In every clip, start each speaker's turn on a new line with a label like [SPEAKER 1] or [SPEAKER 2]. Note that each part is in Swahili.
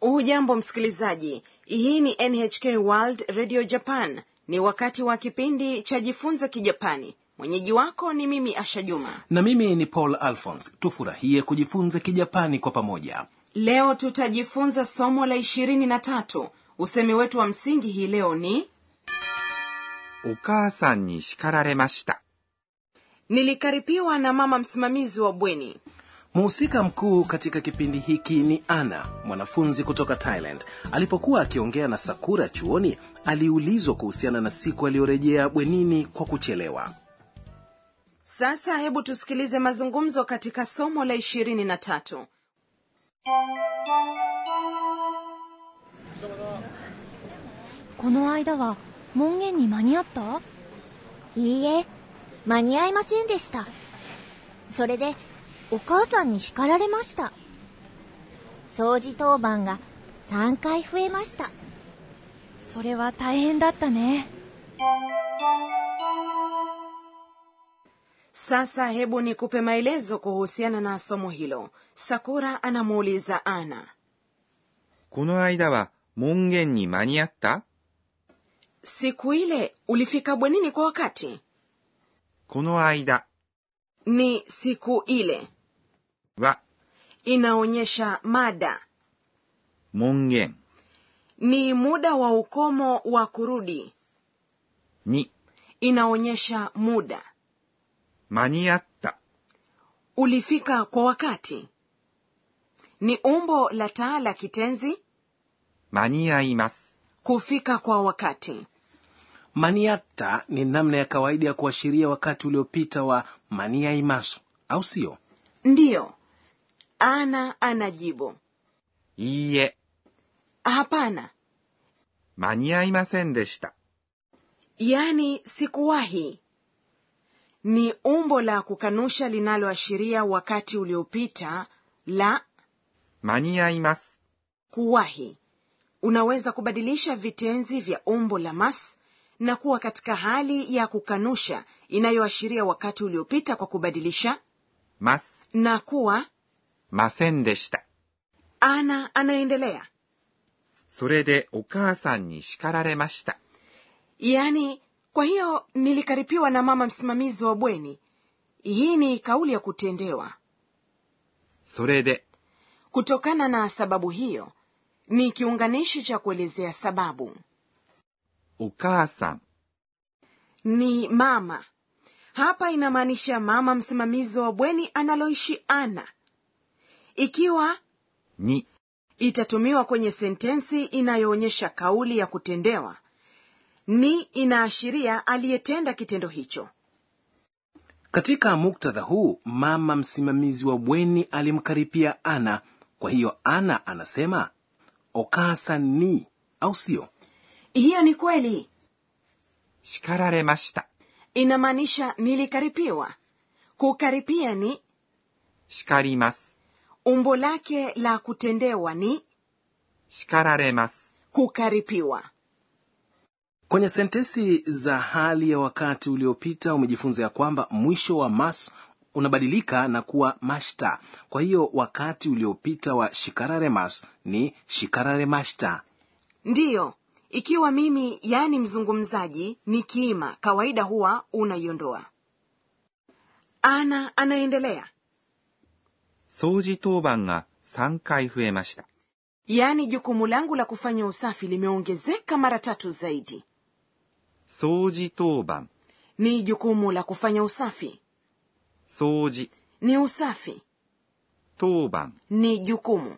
[SPEAKER 1] hujambo msikilizaji hii ni nhk world radio japan ni wakati wa kipindi cha jifunze kijapani mwenyeji wako ni mimi asha juma
[SPEAKER 2] na mimi ni paul alphons tufurahie kujifunza kijapani kwa pamoja
[SPEAKER 1] leo tutajifunza somo la ishirini na tatu usemi wetu wa msingi hii leo ni
[SPEAKER 3] お母さんに叱られました。
[SPEAKER 1] nilikaripiwa na mama msimamizi wa bweni
[SPEAKER 2] mhusika mkuu katika kipindi hiki ni ana mwanafunzi kutoka thailand alipokuwa akiongea na sakura chuoni aliulizwa kuhusiana na siku aliyorejea bwenini kwa kuchelewa
[SPEAKER 1] sasa hebu tusikilize mazungumzo katika somo la ishirini na tatu
[SPEAKER 4] この間は門限に間に合った
[SPEAKER 5] いいえ、間に合いませんでした。それで、お母さんに叱られました。掃除当番が3回増えました。
[SPEAKER 4] それは大変だったね
[SPEAKER 1] sasa hebu nikupe maelezo kuhusiana na somo hilo sakura anamuuliza ana
[SPEAKER 3] この間は門限に間に合った
[SPEAKER 1] siku ile ulifika bwenini kwa wakati
[SPEAKER 3] この間
[SPEAKER 1] ni siku ile
[SPEAKER 3] は
[SPEAKER 1] inaonyesha mada
[SPEAKER 3] 門限
[SPEAKER 1] ni muda wa ukomo wa kurudi
[SPEAKER 3] に
[SPEAKER 1] inaonyesha muda
[SPEAKER 3] 間に合った
[SPEAKER 1] ulifika kwa wakati ni umbo la taa la kitenzi
[SPEAKER 3] 間に合います。
[SPEAKER 1] kufika kwa wakati
[SPEAKER 2] maniata ni namna ya kawaida ya kuashiria wakati uliopita wa maniaimasu au sio
[SPEAKER 1] ndiyo ana anajibu
[SPEAKER 3] いいえ、
[SPEAKER 1] hapana
[SPEAKER 3] 間に合いませんでした。
[SPEAKER 1] yani Yaani, sikuwahi ni umbo la kukanusha linaloashiria wakati uliopita la
[SPEAKER 3] 間に合います。
[SPEAKER 1] kuwahi unaweza kubadilisha vitenzi vya umbo la mas na kuwa katika hali ya kukanusha inayoashiria wakati uliopita kwa kubadilisha
[SPEAKER 3] ます。
[SPEAKER 1] na kuwa
[SPEAKER 3] ませんでした。
[SPEAKER 1] ana anaendelea
[SPEAKER 3] それでお母さんに叱られました。
[SPEAKER 1] yaani kwa hiyo nilikaripiwa na mama msimamizi wa bweni hii ni kauli ya kutendewa
[SPEAKER 3] それで
[SPEAKER 1] kutokana na sababu hiyo ni kiunganishi cha kuelezea sababu
[SPEAKER 3] お母さん
[SPEAKER 1] ni mama hapa inamaanisha mama msimamizi wa bweni analoishi ana ikiwa
[SPEAKER 3] に
[SPEAKER 1] itatumiwa kwenye sentensi inayoonyesha kauli ya kutendewa ni inaashiria aliyetenda kitendo hicho
[SPEAKER 2] katika muktadha huu mama msimamizi wa bweni alimkaripia ana kwa hiyo ana anasema okasa ni au sio
[SPEAKER 1] hiyo ni kweli
[SPEAKER 3] 叱られました。
[SPEAKER 1] inamaanisha nilikaripiwa kukaripia ni
[SPEAKER 3] 叱ります。
[SPEAKER 1] umbo lake la kutendewa ni
[SPEAKER 3] 叱られます。
[SPEAKER 1] kukaripiwa
[SPEAKER 2] kwenye sentensi za hali ya wakati uliopita umejifunza ya kwamba mwisho wa mas unabadilika na kuwa mashta kwa hiyo wakati uliopita wa shikarare mas ni shikarare mashta
[SPEAKER 1] ndiyo ikiwa mimi yaani mzungumzaji ni kiima kawaida huwa unaiondoa ana anaendelea
[SPEAKER 3] 掃除当番が3回増えました。
[SPEAKER 1] yaani jukumu langu la kufanya usafi limeongezeka mara tatu zaidi
[SPEAKER 3] 掃除当番、
[SPEAKER 1] ni jukumu la kufanya usafi
[SPEAKER 3] 掃除、
[SPEAKER 1] ni usafi
[SPEAKER 3] 当番
[SPEAKER 1] ni jukumu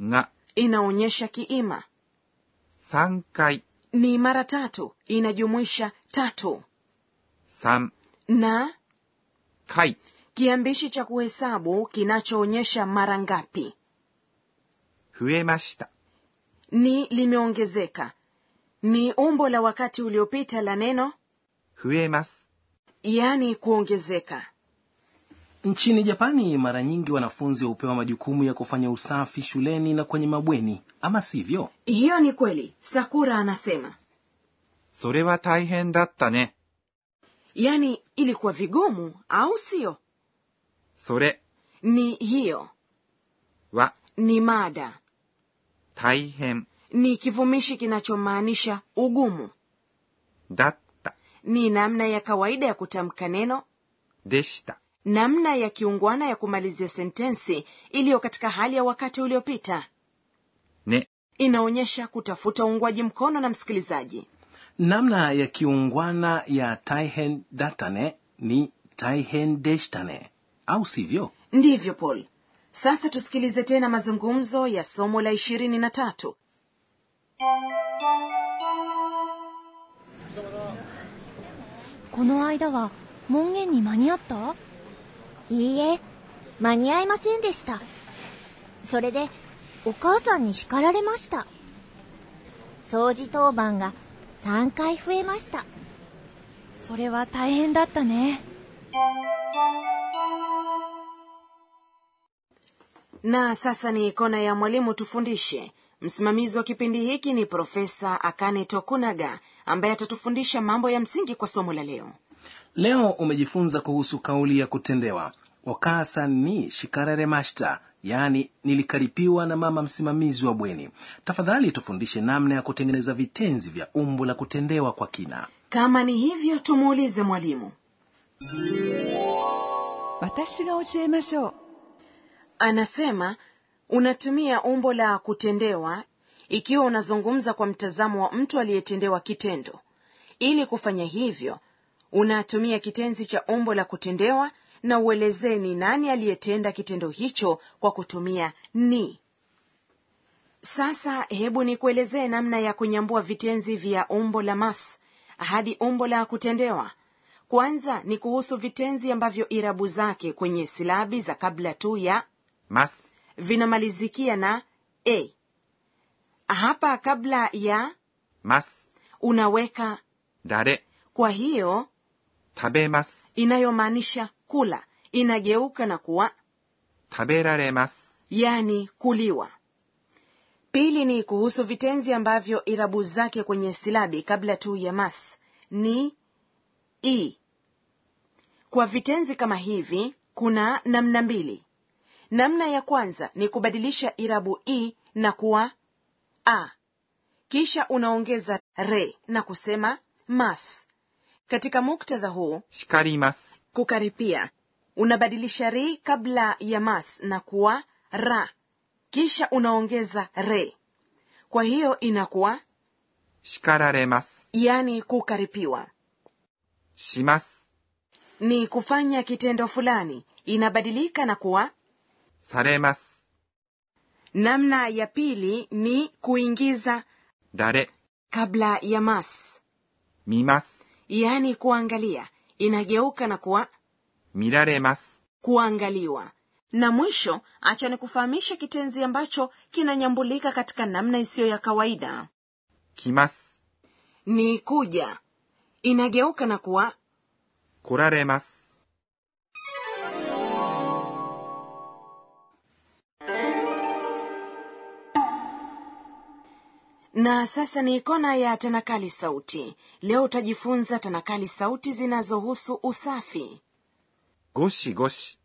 [SPEAKER 3] が
[SPEAKER 1] inaonyesha kiima
[SPEAKER 3] 3回、
[SPEAKER 1] ni mara tatu inajumuisha tatu
[SPEAKER 3] 3
[SPEAKER 1] na
[SPEAKER 3] 回、
[SPEAKER 1] kiambishi cha kuhesabu kinachoonyesha mara ngapi
[SPEAKER 3] 増えました。
[SPEAKER 1] ni limeongezeka ni umbo la wakati uliopita la neno
[SPEAKER 3] 増えます。
[SPEAKER 1] yaani kuongezeka
[SPEAKER 2] nchini japani mara nyingi wanafunzi hupewa majukumu ya kufanya usafi shuleni na kwenye mabweni ama sivyo
[SPEAKER 1] hiyo ni kweli sakura anasema
[SPEAKER 3] それは大変だったね。
[SPEAKER 1] yaani ilikuwa vigumu au sio
[SPEAKER 3] それ
[SPEAKER 1] ni hiyo
[SPEAKER 3] は
[SPEAKER 1] ni mada
[SPEAKER 3] 大変、
[SPEAKER 1] ni kivumishi kinachomaanisha ugumu
[SPEAKER 3] だった、
[SPEAKER 1] ni namna ya kawaida ya kutamka neno
[SPEAKER 3] でした、
[SPEAKER 1] namna ya kiungwana ya kumalizia sentensi iliyo katika hali ya wakati uliopita
[SPEAKER 3] ね、
[SPEAKER 1] inaonyesha kutafuta uungwaji mkono na msikilizaji
[SPEAKER 2] namna ya kiungwana ya taihen datane ni taihen deshtane au sivyo
[SPEAKER 1] ndivyo paul sasa tusikilize tena mazungumzo ya somo la ishirini na tatu
[SPEAKER 4] この間は門限に間に合った
[SPEAKER 5] いいえ、間に合いませんでした。それで、お母さんに叱られました。掃除当番が3回増えました。
[SPEAKER 4] それは大変だったね
[SPEAKER 1] na sasa ni kona ya mwalimu tufundishe msimamizi wa kipindi hiki ni profesa akane tokunaga ambaye atatufundisha mambo ya msingi kwa somo la leo
[SPEAKER 2] leo umejifunza kuhusu kauli ya kutendewa wakasa ni shikareremashta yaani nilikaripiwa na mama msimamizi wa bweni tafadhali tufundishe namna ya kutengeneza vitenzi vya umbo la kutendewa kwa kina
[SPEAKER 1] kama ni hivyo tumuulize mwalimu
[SPEAKER 6] 私が教えましょう
[SPEAKER 1] anasema unatumia umbo la kutendewa ikiwa unazungumza kwa mtazamo wa mtu aliyetendewa kitendo ili kufanya hivyo unatumia kitenzi cha umbo la kutendewa na uelezee ni nani aliyetenda kitendo hicho kwa kutumia ni sasa hebu nikuelezee namna ya kunyambua vitenzi vya umbo la mas hadi umbo la kutendewa kwanza ni kuhusu vitenzi ambavyo irabu zake kwenye silabi za kabla tu ya
[SPEAKER 3] ます、
[SPEAKER 1] vinamalizikia na a hapa kabla ya
[SPEAKER 3] ます、
[SPEAKER 1] unaweka
[SPEAKER 3] 誰、
[SPEAKER 1] kwa hiyo
[SPEAKER 3] 食べます、
[SPEAKER 1] inayomaanisha kula inageuka na kuwa
[SPEAKER 3] 食べられます、
[SPEAKER 1] yani kuliwa pili ni kuhusu vitenzi ambavyo irabu zake kwenye silabi kabla tu ya mas ni i kwa vitenzi kama hivi kuna namna mbili namna ya kwanza ni kubadilisha irabu i na kuwa a kisha unaongeza re na kusema mas katika muktadha huu
[SPEAKER 3] 叱ります、
[SPEAKER 1] kukaripia unabadilisha ri kabla ya mas na kuwa ra kisha unaongeza re kwa hiyo inakuwa
[SPEAKER 3] 叱られます、
[SPEAKER 1] yani kukaripiwa
[SPEAKER 3] します、
[SPEAKER 1] ni kufanya kitendo fulani inabadilika na kuwa
[SPEAKER 3] されます、
[SPEAKER 1] namna ya pili ni kuingiza
[SPEAKER 3] 誰、
[SPEAKER 1] kabla ya mas
[SPEAKER 3] 見ます、
[SPEAKER 1] yani kuangalia inageuka na kuwa
[SPEAKER 3] 見られます、
[SPEAKER 1] kuangaliwa na mwisho acha ni kufahamisha kitenzi ambacho kinanyambulika katika namna isiyo ya kawaida
[SPEAKER 3] 来ます、
[SPEAKER 1] ni kuja inageuka na kuwa
[SPEAKER 3] 来られます、
[SPEAKER 1] na sasa ni ikona ya tanakali sauti leo utajifunza tanakali sauti zinazohusu usafi
[SPEAKER 3] ごしごし、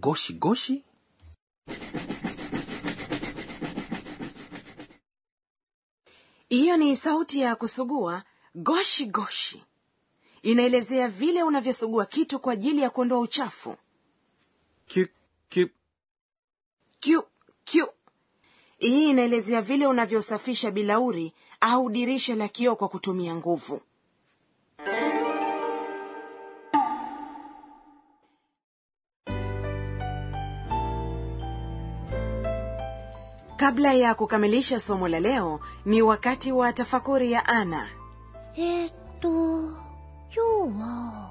[SPEAKER 2] goshi goshi
[SPEAKER 1] hiyo ni sauti ya kusugua goshi goshi inaelezea vile unavyosugua kitu kwa ajili ya kuondoa uchafu
[SPEAKER 3] キュッキュッ、
[SPEAKER 1] kyu kyu hii inaelezea vile unavyosafisha bilauri au dirisha la kioo kwa kutumia nguvu kabla ya kukamilisha somo la leo ni wakati wa tafakuri ya ana
[SPEAKER 5] えーっと、今日は、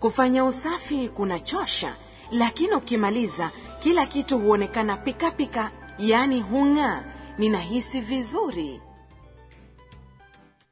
[SPEAKER 1] kufanya usafi kunachosha lakini ukimaliza kila kitu huonekana pikapika yaani hung'aa ninahisi vizuri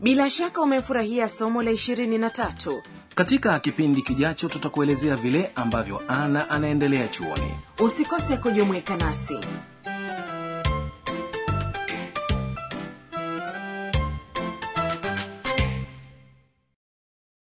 [SPEAKER 1] bila shaka umefurahia somo la ishirini na tatu
[SPEAKER 2] katika kipindi kijacho tutakuelezea vile ambavyo ana anaendelea chuoni
[SPEAKER 1] usikose kujumuika nasi